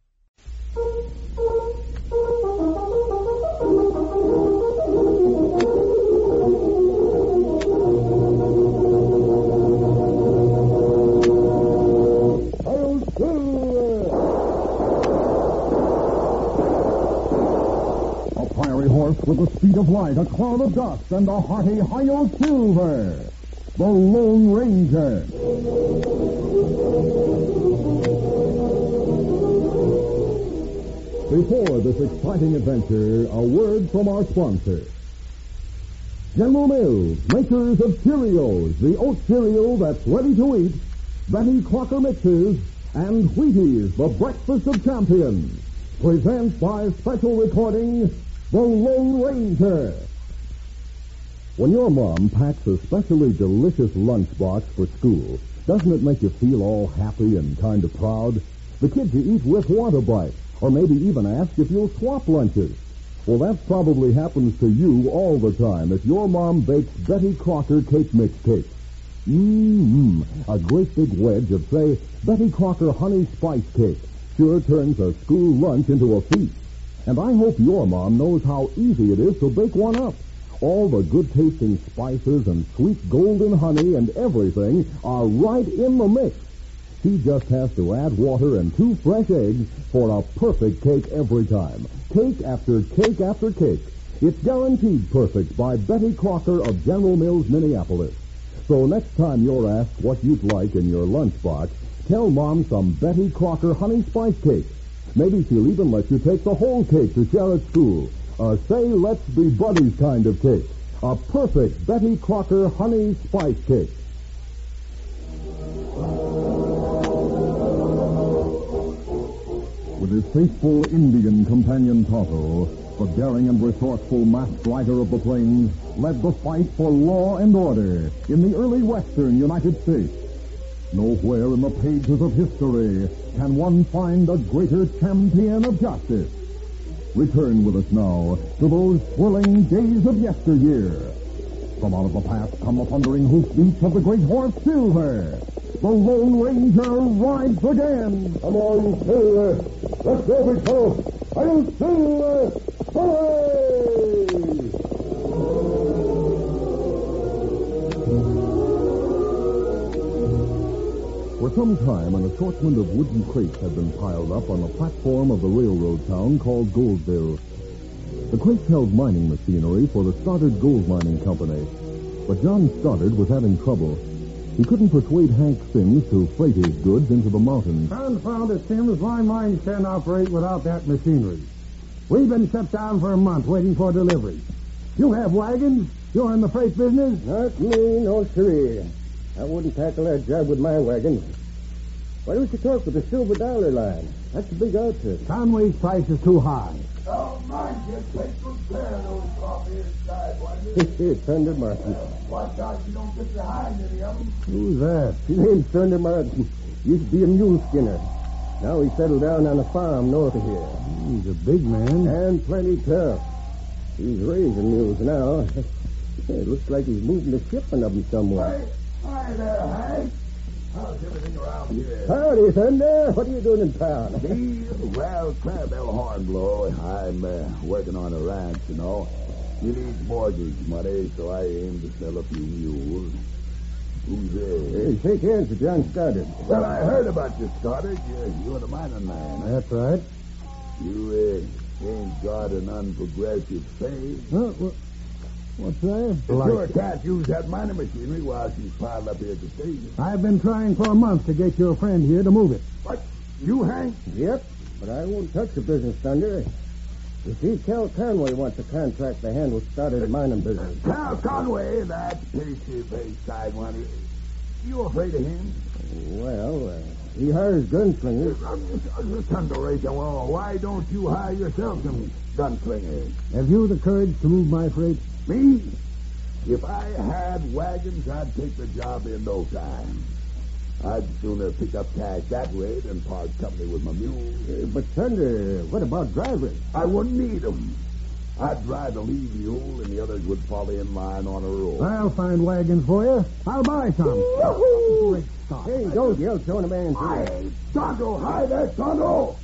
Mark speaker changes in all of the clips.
Speaker 1: Hail Silver! A fiery horse with the speed of light, a cloud of dust, and a hearty Hail Silver! The Lone Ranger! Before this exciting adventure, a word from our sponsor. General Mills, makers of Cheerios, the oat cereal that's ready to eat, Betty Crocker Mixes, and Wheaties, the breakfast of champions, presents by special recording, The Lone Ranger. When your mom packs a specially delicious lunchbox for school, doesn't it make you feel all happy and kind of proud? The kids you eat with want a bite, or maybe even ask if you'll swap lunches. Well, that probably happens to you all the time if your mom bakes Betty Crocker cake mix cakes. Mmm, a great big wedge of, say, Betty Crocker honey spice cake sure turns a school lunch into a feast. And I hope your mom knows how easy it is to bake one up. All the good tasting spices and sweet golden honey and everything are right in the mix. She just has to add water and two fresh eggs for a perfect cake every time. Cake after cake after cake. It's guaranteed perfect by Betty Crocker of General Mills, Minneapolis. So next time you're asked what you'd like in your lunchbox, tell Mom some Betty Crocker honey spice cake. Maybe she'll even let you take the whole cake to share at school. A say let's be buddies kind of cake. A perfect Betty Crocker honey spice cake. With his faithful Indian companion Tonto, the daring and resourceful masked rider of the plains led the fight for law and order in the early western United States. Nowhere in the pages of history can one find a greater champion of justice. Return with us now to those swirling days of yesteryear. From out of the past come the thundering hoofbeats of the great horse Silver. The Lone Ranger rides again. Come on, Silver. Let's go, big fellow. I'll Silver. Hooray! For some time, an assortment of wooden crates had been piled up on the platform of the railroad town called Goldville. The crates held mining machinery for the Stoddard Gold Mining Company, but John Stoddard was having trouble. He couldn't persuade Hank Sims to freight his goods into the mountains.
Speaker 2: Confound it, Sims. My mine can't operate without that machinery. We've been shut down for a month waiting for delivery. You have wagons? You're in the freight business?
Speaker 1: Not me, no siree. I wouldn't tackle that job with my wagons. Why don't you talk with the Silver Dollar Line? That's a big outfit.
Speaker 2: Conway's price is too high.
Speaker 3: Don't mind you take good care of those coffee sidewinders.
Speaker 1: Thunder Martin.
Speaker 3: Watch out you don't get behind any of them.
Speaker 2: Who's that?
Speaker 1: His name's Thunder Martin. Used to be a mule skinner. Now he settled down on a farm north of here.
Speaker 2: He's a big man.
Speaker 1: And plenty tough. He's raising mules now. It looks like he's moving the shipment of them somewhere.
Speaker 3: Hey, hi there, Hank. How's everything around here?
Speaker 1: Howdy, Thunder. What are you doing in town?
Speaker 3: Me? Well, Clarabelle Hornblow, I'm uh, working on a ranch, you know. You need mortgage money, so I aim to sell a few mules. Who's there?
Speaker 1: Hey, shake hands with John Stoddard.
Speaker 3: Well, I heard about you, Stoddard. You're, you're the mining man. huh?
Speaker 2: That's right.
Speaker 3: You uh, ain't got an unprogressive face.
Speaker 2: Huh? wha- What's that?
Speaker 3: Sure can't use that mining machinery while she's piled up here at the station.
Speaker 2: I've been trying for a month to get your friend here to move it.
Speaker 3: What? You, Hank?
Speaker 1: Yep, but I won't touch the business, Thunder. You see, Cal Conway wants a contract to handle Stoddard mining business.
Speaker 3: Cal Conway, that pixie-faced sidewinder. You afraid of him?
Speaker 1: Well, uh, he hires gunslingers.
Speaker 3: Thunderation, well, why don't you hire yourself some gunslingers?
Speaker 2: Have you the courage to move my freight?
Speaker 3: Me? If I had wagons, I'd take the job in no time. I'd sooner pick up cash that way than part
Speaker 1: Uh,
Speaker 3: company with my mules.
Speaker 1: But, Thunder, what about drivers?
Speaker 3: I wouldn't need 'em.
Speaker 4: I'd drive the lead mule, and the others would follow in line on a roll.
Speaker 1: I'll find wagons for you. I'll buy some.
Speaker 4: Yahoo!
Speaker 1: Hey, don't yell, throwing a man
Speaker 4: Hi, Tonto! Hi there, Tonto!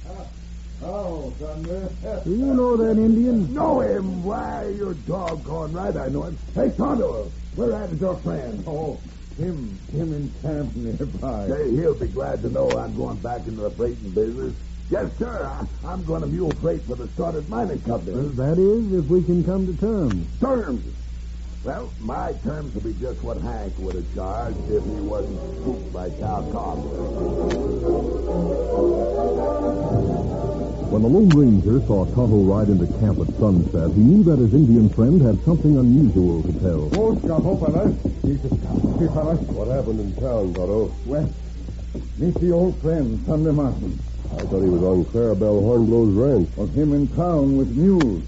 Speaker 1: Oh, Thunder. Do you know that Indian?
Speaker 4: Know him? Why, you're doggone right, I know him. Hey, Tonto, where at is your friend?
Speaker 1: Oh, him. Him in camp nearby.
Speaker 4: Say, he'll be glad to know I'm going back into the freighting business. Yes, sir. I, I'm going to mule freight for the Stoddard Mining Company.
Speaker 1: That is, if we can come to terms.
Speaker 4: Terms. Well, my terms will be just what Hank would have charged if he wasn't spooked by Cal Cobb.
Speaker 3: When the Lone Ranger saw Tonto ride into camp at sunset, he knew that his Indian friend had something unusual to tell.
Speaker 1: Oh, Scapo, fella. Jesus, Scapo, fella. What happened in town, Toto? Well, meet the old friend, Thunder Martin.
Speaker 3: I thought he was on Clarabelle Hornblow's ranch.
Speaker 1: Of him in town with mules.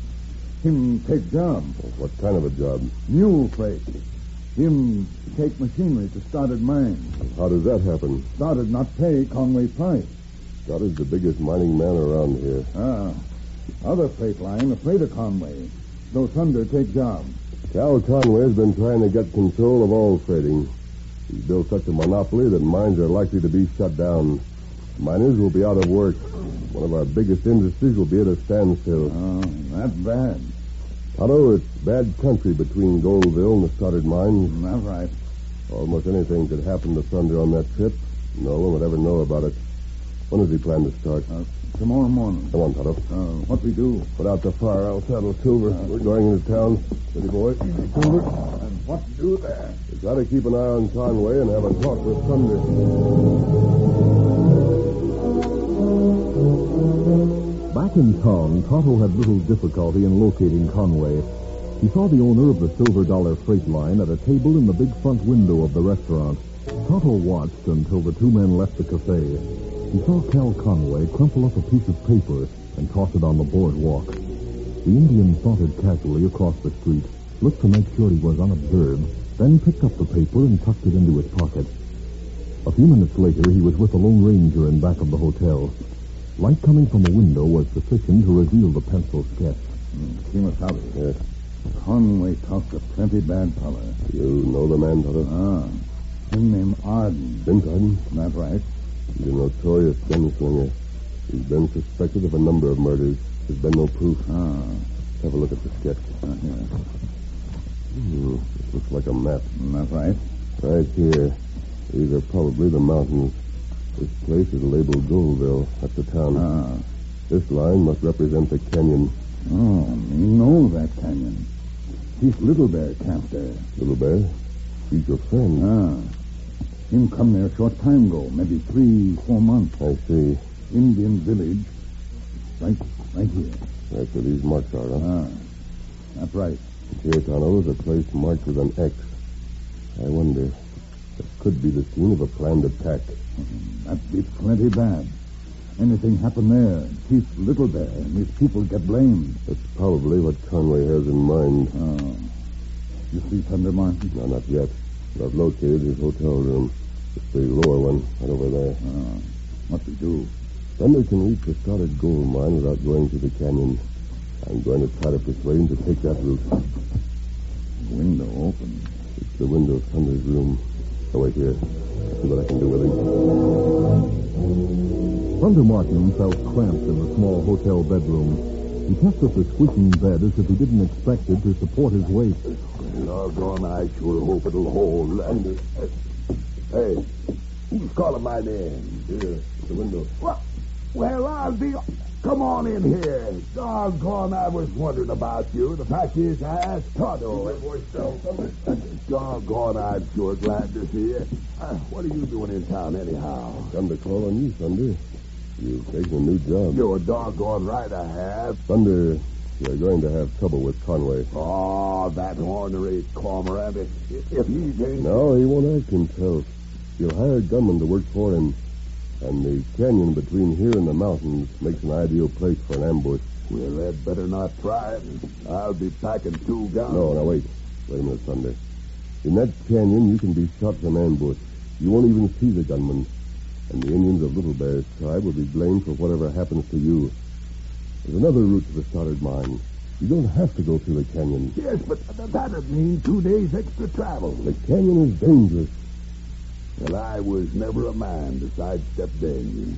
Speaker 1: Him take job.
Speaker 3: What kind of a job?
Speaker 1: Mule freight. Him take machinery to Stoddard Mine.
Speaker 3: How does that happen?
Speaker 1: Stoddard not pay Conway price.
Speaker 3: That is the biggest mining man around here.
Speaker 1: Ah. Other freight line afraid of Conway. Though Thunder take job.
Speaker 3: Cal Conway's been trying to get control of all trading. He's built such a monopoly that mines are likely to be shut down. Miners will be out of work. One of our biggest industries will be at a standstill.
Speaker 1: Oh, that bad.
Speaker 3: Otto, it's bad country between Goldville and the Stoddard mines.
Speaker 1: That right.
Speaker 3: Almost anything could happen to Thunder on that trip. No one would ever know about it. When does he plan to start?
Speaker 1: Tomorrow morning.
Speaker 3: Come on, Toto.
Speaker 1: Uh, what we do? Uh.
Speaker 3: Put out the fire. I'll saddle Silver. We're going into town. City boy. Silver.
Speaker 1: And what do there?
Speaker 3: You gotta keep an eye on Conway and have a talk with Thunder.
Speaker 5: Back in town, Tonto had little difficulty in locating Conway. He saw the owner of the Silver Dollar Freight Line at a table in the big front window of the restaurant. Tonto watched until the two men left the cafe. He saw Cal Conway crumple up a piece of paper and toss it on the boardwalk. The Indian sauntered casually across the street, looked to make sure he was unobserved, then picked up the paper and tucked it into his pocket. A few minutes later, he was with the Lone Ranger in back of the hotel. Light coming from a window was sufficient to reveal the pencil sketch.
Speaker 1: Hmm, Kimasabi. Yes. Conway talked a plenty bad fellow.
Speaker 3: You know the man, Toto?
Speaker 1: Ah. Him named Arden.
Speaker 3: Jim Garden.
Speaker 1: That right.
Speaker 3: He's a notorious gunslinger. He's been suspected of a number of murders. There's been no proof.
Speaker 1: Ah.
Speaker 3: Have a look at the sketch.
Speaker 1: Uh, here.
Speaker 3: Hmm, it looks like a map.
Speaker 1: That right.
Speaker 3: Right here. These are probably the mountains. This place is labeled Goldville. That's the town.
Speaker 1: Ah.
Speaker 3: This line must represent the canyon.
Speaker 1: Oh, me know that canyon. This Little Bear camp there.
Speaker 3: Little Bear, he's your friend.
Speaker 1: Ah. Him come there short time ago, maybe three, four months.
Speaker 3: I see.
Speaker 1: Indian village. Right, right here.
Speaker 3: That's where these marks are, huh?
Speaker 1: Ah. That's right.
Speaker 3: Here, Tonto, is a place marked with an X. I wonder. It could be the scene of a planned attack.
Speaker 1: That'd be plenty bad. Anything happen there, Chief Little Bear and his people get blamed.
Speaker 3: That's probably what Conway has in mind.
Speaker 1: Oh. You see Thunder Martin?
Speaker 3: No, not yet. But I've located his hotel room. It's the lower one, right over there.
Speaker 1: Oh. What we do?
Speaker 3: Thunder can reach the Stoddard gold mine without going through the canyon. I'm going to try to persuade him to take that route.
Speaker 1: Window open.
Speaker 3: It's the window of Thunder's room. Oh, wait here. See what I can do with him.
Speaker 5: Thunder Martin felt cramped in the small hotel bedroom. He tested the squeaking bed as if he didn't expect it to support his weight.
Speaker 4: Doggone, I sure hope it'll hold. Uh, Hey, who's calling my name? Here, the window. What? Well, I'll be. Come on in here. Doggone, I was wondering about you. The fact is, I asked Tonto. Doggone, I'm sure glad to see you. Uh, what are you doing in town, anyhow?
Speaker 3: Come to call on you, Thunder. You've taken a new job.
Speaker 4: You're doggone right, I have.
Speaker 3: Thunder, you're going to have trouble with Conway.
Speaker 4: Oh, that ornery cormorant. If, if he's in.
Speaker 3: No, he won't act himself. He'll hire gunmen to work for him. And the canyon between here and the mountains makes an ideal place for an ambush.
Speaker 4: Well, they'd better not try it. I'll be packing two guns.
Speaker 3: No, now wait. Wait a minute, Thunder. In that canyon, you can be shot from ambush. You won't even see the gunman. And the Indians of Little Bear's tribe will be blamed for whatever happens to you. There's another route to the Stoddard mine. You don't have to go through the canyon.
Speaker 6: Yes, but th- that'd mean two days extra travel.
Speaker 3: The canyon is dangerous.
Speaker 6: Well, I was never a man to sidestep danger.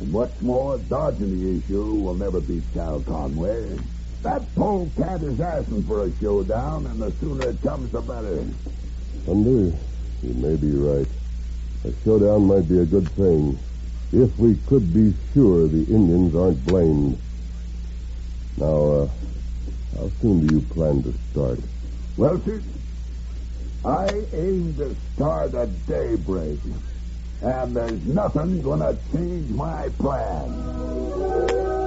Speaker 6: And what's more, dodging the issue will never beat Cal Conway. That polecat is asking for a showdown, and the sooner it comes, the better.
Speaker 3: Thunder, you may be right. A showdown might be a good thing if we could be sure the Indians aren't blamed. Now, uh, how soon do you plan to start?
Speaker 6: Well, sir, I aim to start at daybreak, and there's nothing going to change my plan.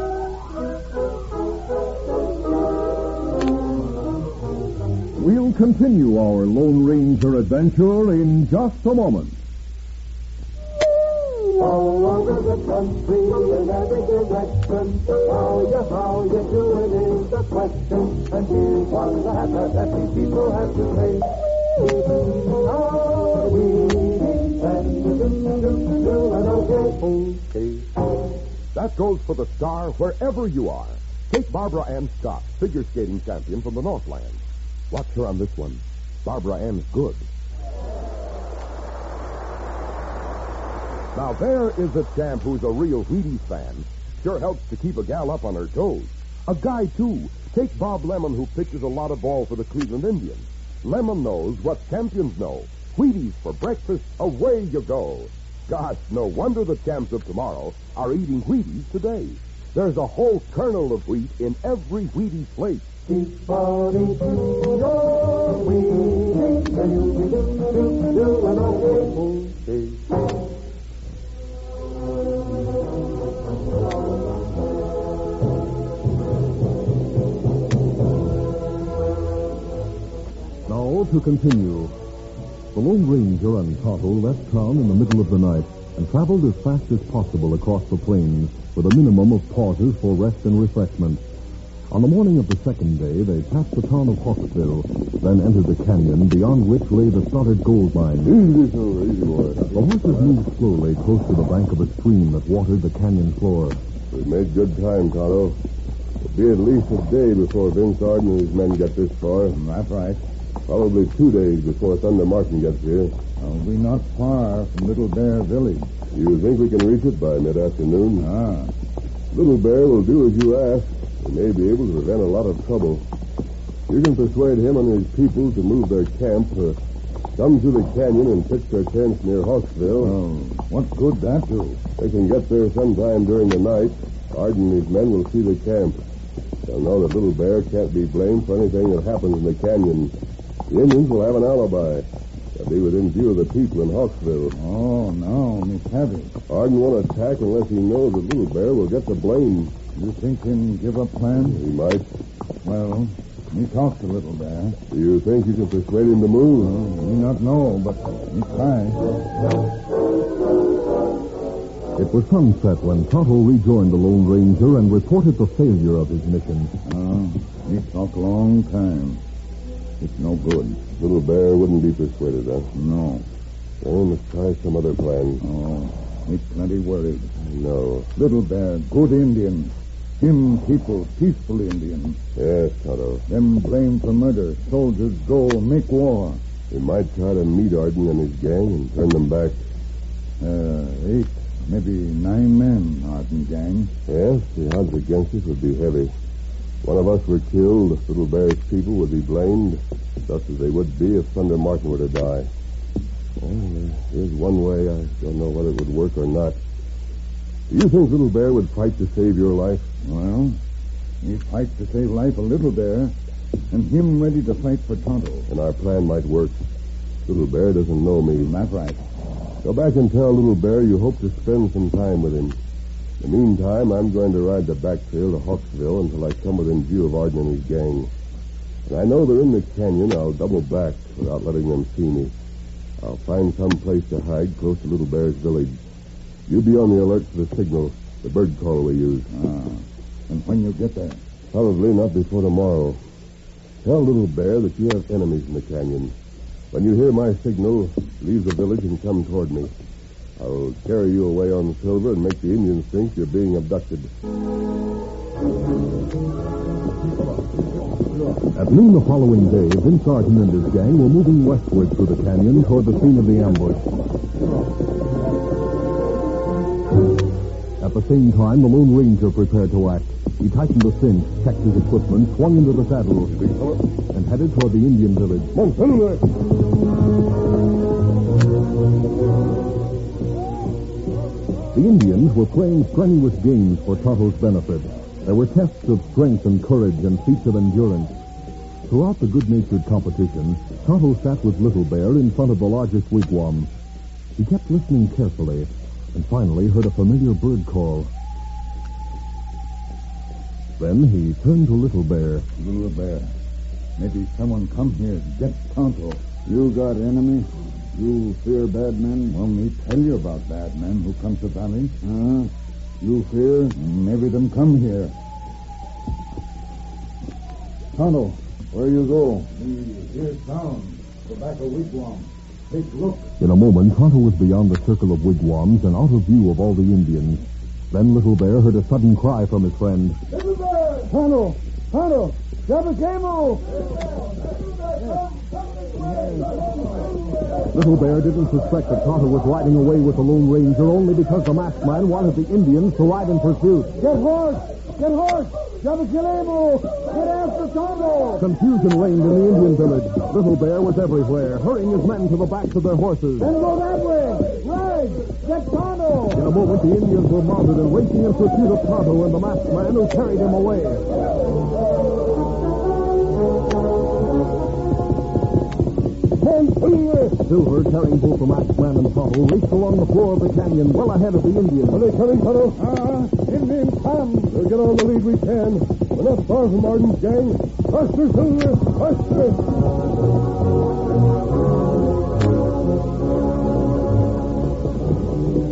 Speaker 1: We'll continue our Lone Ranger adventure in just a moment.
Speaker 7: All over the country in every direction. How you, how you doing is the question. And here's one of the hats that we people have to pay. Are we eating? And doing okay?
Speaker 1: Okay. That goes for the star wherever you are. Take Barbara Ann Scott, figure skating champion from the Northland. Watch her on this one. Barbara Ann's good. Now, there is a champ who's a real Wheaties fan. Sure helps to keep a gal up on her toes. A guy, too. Take Bob Lemon, who pitches a lot of ball for the Cleveland Indians. Lemon knows what champions know. Wheaties for breakfast, away you go. Gosh, no wonder the champs of tomorrow are eating Wheaties today. There's a whole kernel of wheat in every Wheaties plate.
Speaker 7: Keep on eating your wheat. And you'll be doing, doing, doing okay.
Speaker 3: Now, to continue. The Lone Ranger and Tonto left town in the middle of the night and traveled as fast as possible across the plains with a minimum of pauses for rest and refreshment. On the morning of the second day, they passed the town of Hawksville, then entered the canyon beyond which lay the Stoddard gold mine. The horses moved slowly close to the bank of a stream that watered the canyon floor. We made good time, Tonto. It'll be at least a day before Vince Arden and his men get this far.
Speaker 1: That's right.
Speaker 3: Probably two days before Thunder Martin gets here.
Speaker 1: we're not far from Little Bear Village.
Speaker 3: You think we can reach it by mid-afternoon?
Speaker 1: Ah.
Speaker 3: Little Bear will do as you ask. He may be able to prevent a lot of trouble. You can persuade him and his people to move their camp, uh, come to the canyon and pitch their tents near Hawksville.
Speaker 1: Oh, what good that do?
Speaker 3: They can get there sometime during the night. Arden and his men will see the camp. They'll know that Little Bear can't be blamed for anything that happens in the canyon. The Indians will have an alibi. They'll be within view of the people in Hawksville.
Speaker 1: Oh, no, Miss Heavy.
Speaker 3: Arden won't attack unless he knows that Little Bear will get the blame.
Speaker 1: You think him give up plan?
Speaker 3: He might.
Speaker 1: Well, we talked a little there.
Speaker 3: Do you think you can persuade him to move?
Speaker 1: We not know, but we try.
Speaker 3: It was sunset when Tonto rejoined the Lone Ranger and reported the failure of his mission.
Speaker 1: Uh, we talk long time. It's no good.
Speaker 3: Little Bear wouldn't be persuaded, huh?
Speaker 1: No.
Speaker 3: Well, we must try some other plan.
Speaker 1: Oh, we plenty worried.
Speaker 3: No.
Speaker 1: Little Bear, good Indian. Him people, peaceful Indian.
Speaker 3: Yes, Tonto.
Speaker 1: Them blamed for murder. Soldiers go make war.
Speaker 3: We might try to meet Arden and his gang and turn them back.
Speaker 1: Uh, eight, maybe nine men, Arden gang.
Speaker 3: Yes, the odds against us would be heavy. One of us were killed, Little Bear's people would be blamed, just as they would be if Thunder Martin were to die. Well, there- there's one way. I don't know whether it would work or not. Do you think Little Bear would fight to save your life?
Speaker 1: Well, we fight to save life a Little Bear, and him ready to fight for Tonto.
Speaker 3: and our plan might work. Little Bear doesn't know me.
Speaker 1: That's right.
Speaker 3: Go back and tell Little Bear you hope to spend some time with him. In the meantime, I'm going to ride the back trail to Hawksville until I come within view of Arden and his gang. And I know they're in the canyon. I'll double back without letting them see me. I'll find some place to hide close to Little Bear's village. You be on the alert for the signal, the bird call we use.
Speaker 1: Ah, and when you get there,
Speaker 3: Probably not before tomorrow. Tell Little Bear that you have enemies in the canyon. When you hear my signal, leave the village and come toward me. I'll carry you away on silver and make the Indians think you're being abducted.
Speaker 1: At noon the following day, Vince Arden and his gang were moving westward through the canyon toward the scene of the ambush. At the same time, the Lone Ranger prepared to act. He tightened the cinch, checked his equipment, swung into the saddle, and headed toward the Indian village. The Indians were playing strenuous games for Tonto's benefit. There were tests of strength and courage and feats of endurance. Throughout the good-natured competition, Tonto sat with Little Bear in front of the largest wigwam. He kept listening carefully and finally heard a familiar bird call. Then he turned to Little Bear.
Speaker 3: Little Bear, maybe someone come here and get Tonto. You got enemy? You fear bad men? Well, me tell you about bad men who come to valley. Huh? You fear? Maybe them come here. Tonto, where you go? Here's town. Go back a wigwam. Take look.
Speaker 1: In a moment, Tonto was beyond the circle of wigwams and out of view of all the Indians. Then Little Bear heard a sudden cry from his friend.
Speaker 3: Tonto! Tonto! Grab a cable!
Speaker 1: Little Bear didn't suspect that Tonto was riding away with the Lone Ranger only because the masked man wanted the Indians to ride in pursuit.
Speaker 3: Get horse! Get horse! Grab a cable! Get after Tonto!
Speaker 1: Confusion reigned in the Indian village. Little Bear was everywhere, hurrying his men to the backs of their horses.
Speaker 3: Then go that way! Ride! Get Tonto!
Speaker 1: In a moment, the Indians were mounted and racing in pursuit of Tonto and the masked man who carried him away. Silver, carrying both the masked man and Tonto, raced along the floor of the canyon well ahead of the Indians. Are they coming, Tonto?
Speaker 3: Ah, Indian come. We'll get all the lead we can. We're not far from Arden's gang. Faster, Silver! Faster!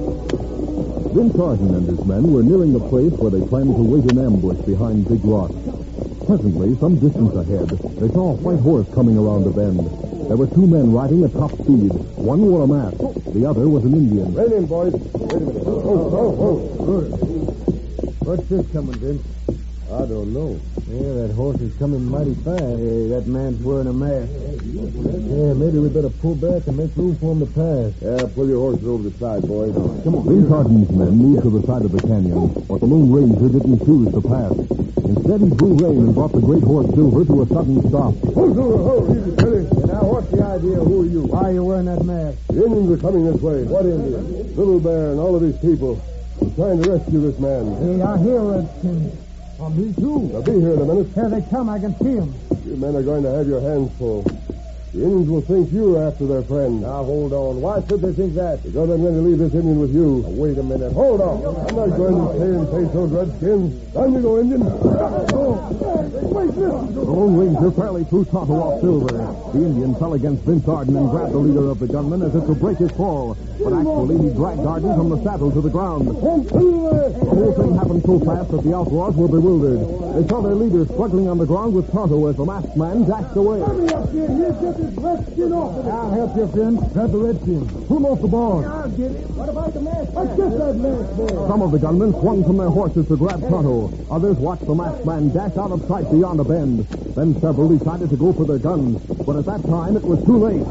Speaker 1: Vince Arden and his men were nearing the place where they planned to wait in ambush behind Big Rock. Presently, some distance ahead, they saw a white horse coming around a bend. There were two men riding at top speed. One wore a mask, the other was an Indian.
Speaker 3: Rein in, boys. Wait a minute. Oh, oh, oh. Good. What's this coming, Vince? I don't know. Yeah, that horse is coming mighty fast. Hey, that man's wearing a mask. Yeah, maybe we better pull back and make room for him to pass. Yeah, pull your horses over the side, boys. Come on.
Speaker 1: Vince Arden's men moved to the side of the canyon, but the Lone Ranger didn't choose to pass. Instead, he drew rein and brought the great horse Silver to a sudden stop.
Speaker 3: Hold Silver, hold. Easy, Teddy. Now, what's the idea? Who are you? Why are you wearing that mask? The Indians are coming this way. What Indians? Little Bear and all of his people. I'm trying to rescue this man. Hey, I hear Redskins. Oh, me too. I'll be here in a minute. Here they come. I can see them. You men are going to have your hands full. The Indians will think you're after their friend. Now, hold on. Why should they think that? Because I'm going to leave this Indian with you. wait a minute. Hold on. I'm not going to stay and face those redskins. Down you go, Indian. Wait, listen.
Speaker 1: The Lone Ranger fairly threw Tonto off Silver. The Indian fell against Vince Arden and grabbed the leader of the gunmen as if to break his fall. But actually, he dragged Arden from the saddle to the ground. The whole thing happened so fast that the outlaws were bewildered. They saw their leader struggling on the ground with Tonto as the masked man dashed away.
Speaker 3: I'll help you, Finn. Grab the redskin.
Speaker 1: Pull off the bars.
Speaker 3: I'll get it. What about the mask? I just that mask there.
Speaker 1: Some of the gunmen swung from their horses to grab Tonto. Others watched the masked man dash out of sight beyond a bend. Then several decided to go for their guns. But at that time, it was too late.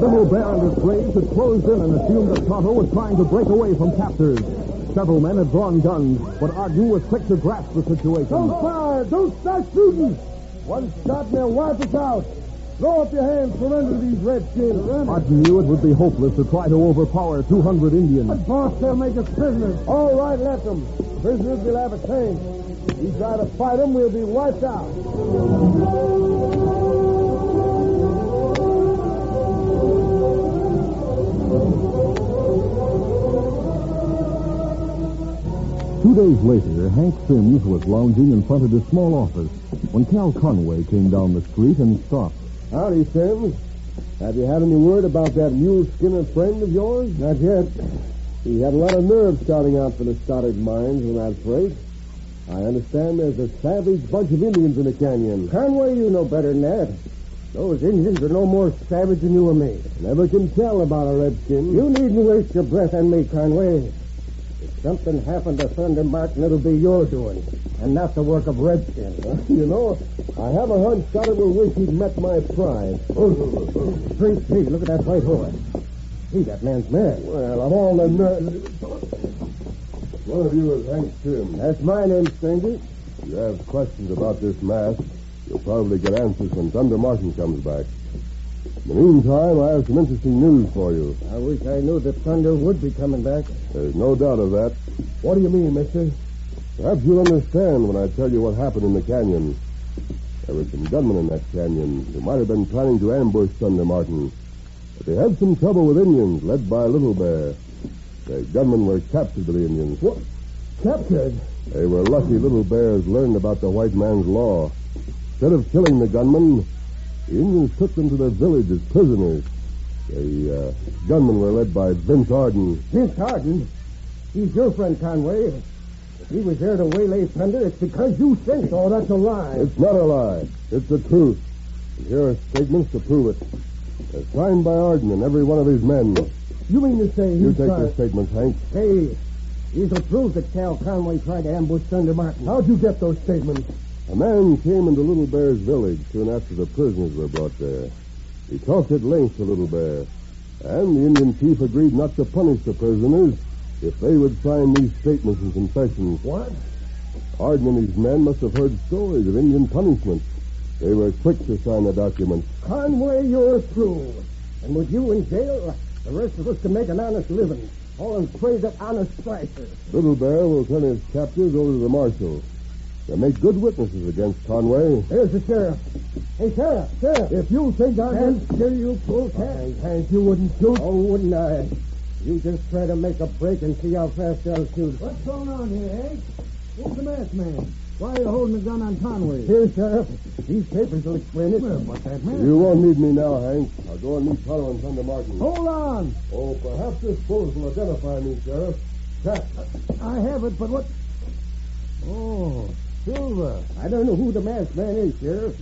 Speaker 1: Little Bear and his braves had closed in and assumed that Tonto was trying to break away from captors. Several men had drawn guns, but Arden was quick to grasp the situation.
Speaker 3: Don't
Speaker 8: Oh,
Speaker 3: fire. Don't start shooting. One shot and they'll wipe us out. Throw up your hands. Surrender to these redskins.
Speaker 1: Arden knew it would be hopeless to try to overpower 200 Indians.
Speaker 3: But boss, they'll make us prisoners. All right, let them. Prisoners will have a change. We try to fight them, we'll be wiped out.
Speaker 1: Two days later, Hank Sims was lounging in front of his small office when Cal Conway came down the street and stopped.
Speaker 3: Howdy, Sims. Have you had any word about that mule skinner friend of yours? Not yet. He had a lot of nerve starting out for the Stoddard mines when that break. I understand there's a savage bunch of Indians in the canyon. Conway, you know better than that. Those Indians are no more savage than you or me. Never can tell about a redskin. You needn't waste your breath on me, Conway. It's
Speaker 8: Something happened to Thunder Martin, it'll be your doing, and not the work of Redskin. you know, I have a hunch Sutter will wish he'd met my pride. Street Pete, look at that white horse. Gee, that man's mad. Well, of all the
Speaker 3: One of you is Hank Trim.
Speaker 8: That's my name, stranger.
Speaker 3: You have questions about this mask. You'll probably get answers when Thunder Martin comes back. In the meantime, I have some interesting news for you.
Speaker 8: I wish I knew that Thunder would be coming back.
Speaker 3: There's no doubt of that.
Speaker 8: What do you mean, mister?
Speaker 3: Perhaps you'll understand when I tell you what happened in the canyon. There were some gunmen in that canyon who might have been planning to ambush Thunder Martin. But they had some trouble with Indians led by Little Bear. The gunmen were captured by the Indians. What?
Speaker 8: Captured.
Speaker 3: They were lucky Little Bears learned about the white man's law. Instead of killing the gunmen, the Indians took them to their village as prisoners. The uh, gunmen were led by Vince Arden.
Speaker 8: Vince Harden? He's your friend, Conway. If he was there to waylay Thunder, it's because you sent him. Oh, that's a lie.
Speaker 3: It's not a lie. It's the truth. And here are statements to prove it. They're signed by Arden and every one of his men.
Speaker 8: You mean to say
Speaker 3: You take the statements, Hank.
Speaker 8: Hey, these are proof that Cal Conway tried to ambush Thunder Martin. How'd you get those statements?
Speaker 3: A man came into Little Bear's village soon after the prisoners were brought there. He talked at length to Little Bear, and the Indian chief agreed not to punish the prisoners if they would sign these statements and confessions.
Speaker 8: What?
Speaker 3: Arden and his men must have heard stories of Indian punishment. They were quick to sign the documents.
Speaker 8: Conway, you're through. And with you in jail, the rest of us can make an honest living. All in praise of honest prices.
Speaker 3: Little Bear will turn his captors over to the marshal. They'll make good witnesses against Conway.
Speaker 8: There's the sheriff. Hey, sheriff, sheriff. If you think I can kill you, fool Hank, Hank, you wouldn't shoot. Oh, wouldn't I? You just try to make a break and see how fast I'll shoot. What's going on here, Hank? Who's the masked man? Why are you holding a gun on Conway? Here, Sheriff. These papers will explain it. Well, but that man.
Speaker 3: You won't need me now, Hank. I'll go and meet Tonto and Thunder Martin.
Speaker 8: Hold on.
Speaker 3: Oh, perhaps this bullet will identify me, Sheriff. Jack.
Speaker 8: I have it, but what? Oh, Silver. I don't know who the masked man is, Sheriff.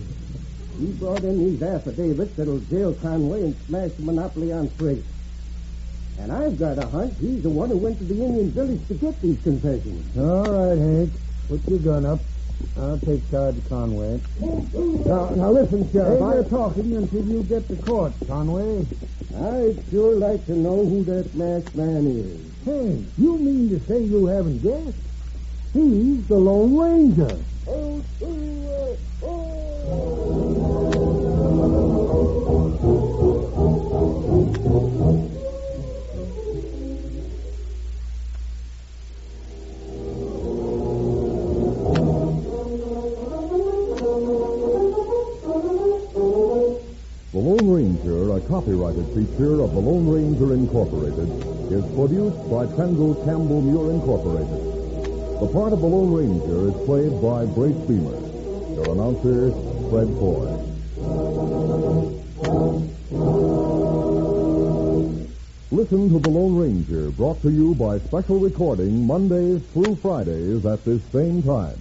Speaker 8: He brought in these affidavits that'll jail Conway and smash the monopoly on freight. And I've got a hunch he's the one who went to the Indian village to get these confessions. All right, Hank. Put your gun up. I'll take charge of Conway. Now, now listen, Sheriff. Hey, we're talking until you get to court, Conway. I'd sure like to know who that masked man is. Hey, you mean to say you haven't guessed? He's the Lone Ranger.
Speaker 9: The Lone Ranger, a copyrighted feature of the Lone Ranger Incorporated, is produced by Pendle Campbell Muir Incorporated. The part of the Lone Ranger is played by Blake Beamer. Your announcer, Fred Ford. Listen to The Lone Ranger, brought to you by special recording Mondays through Fridays at this same time.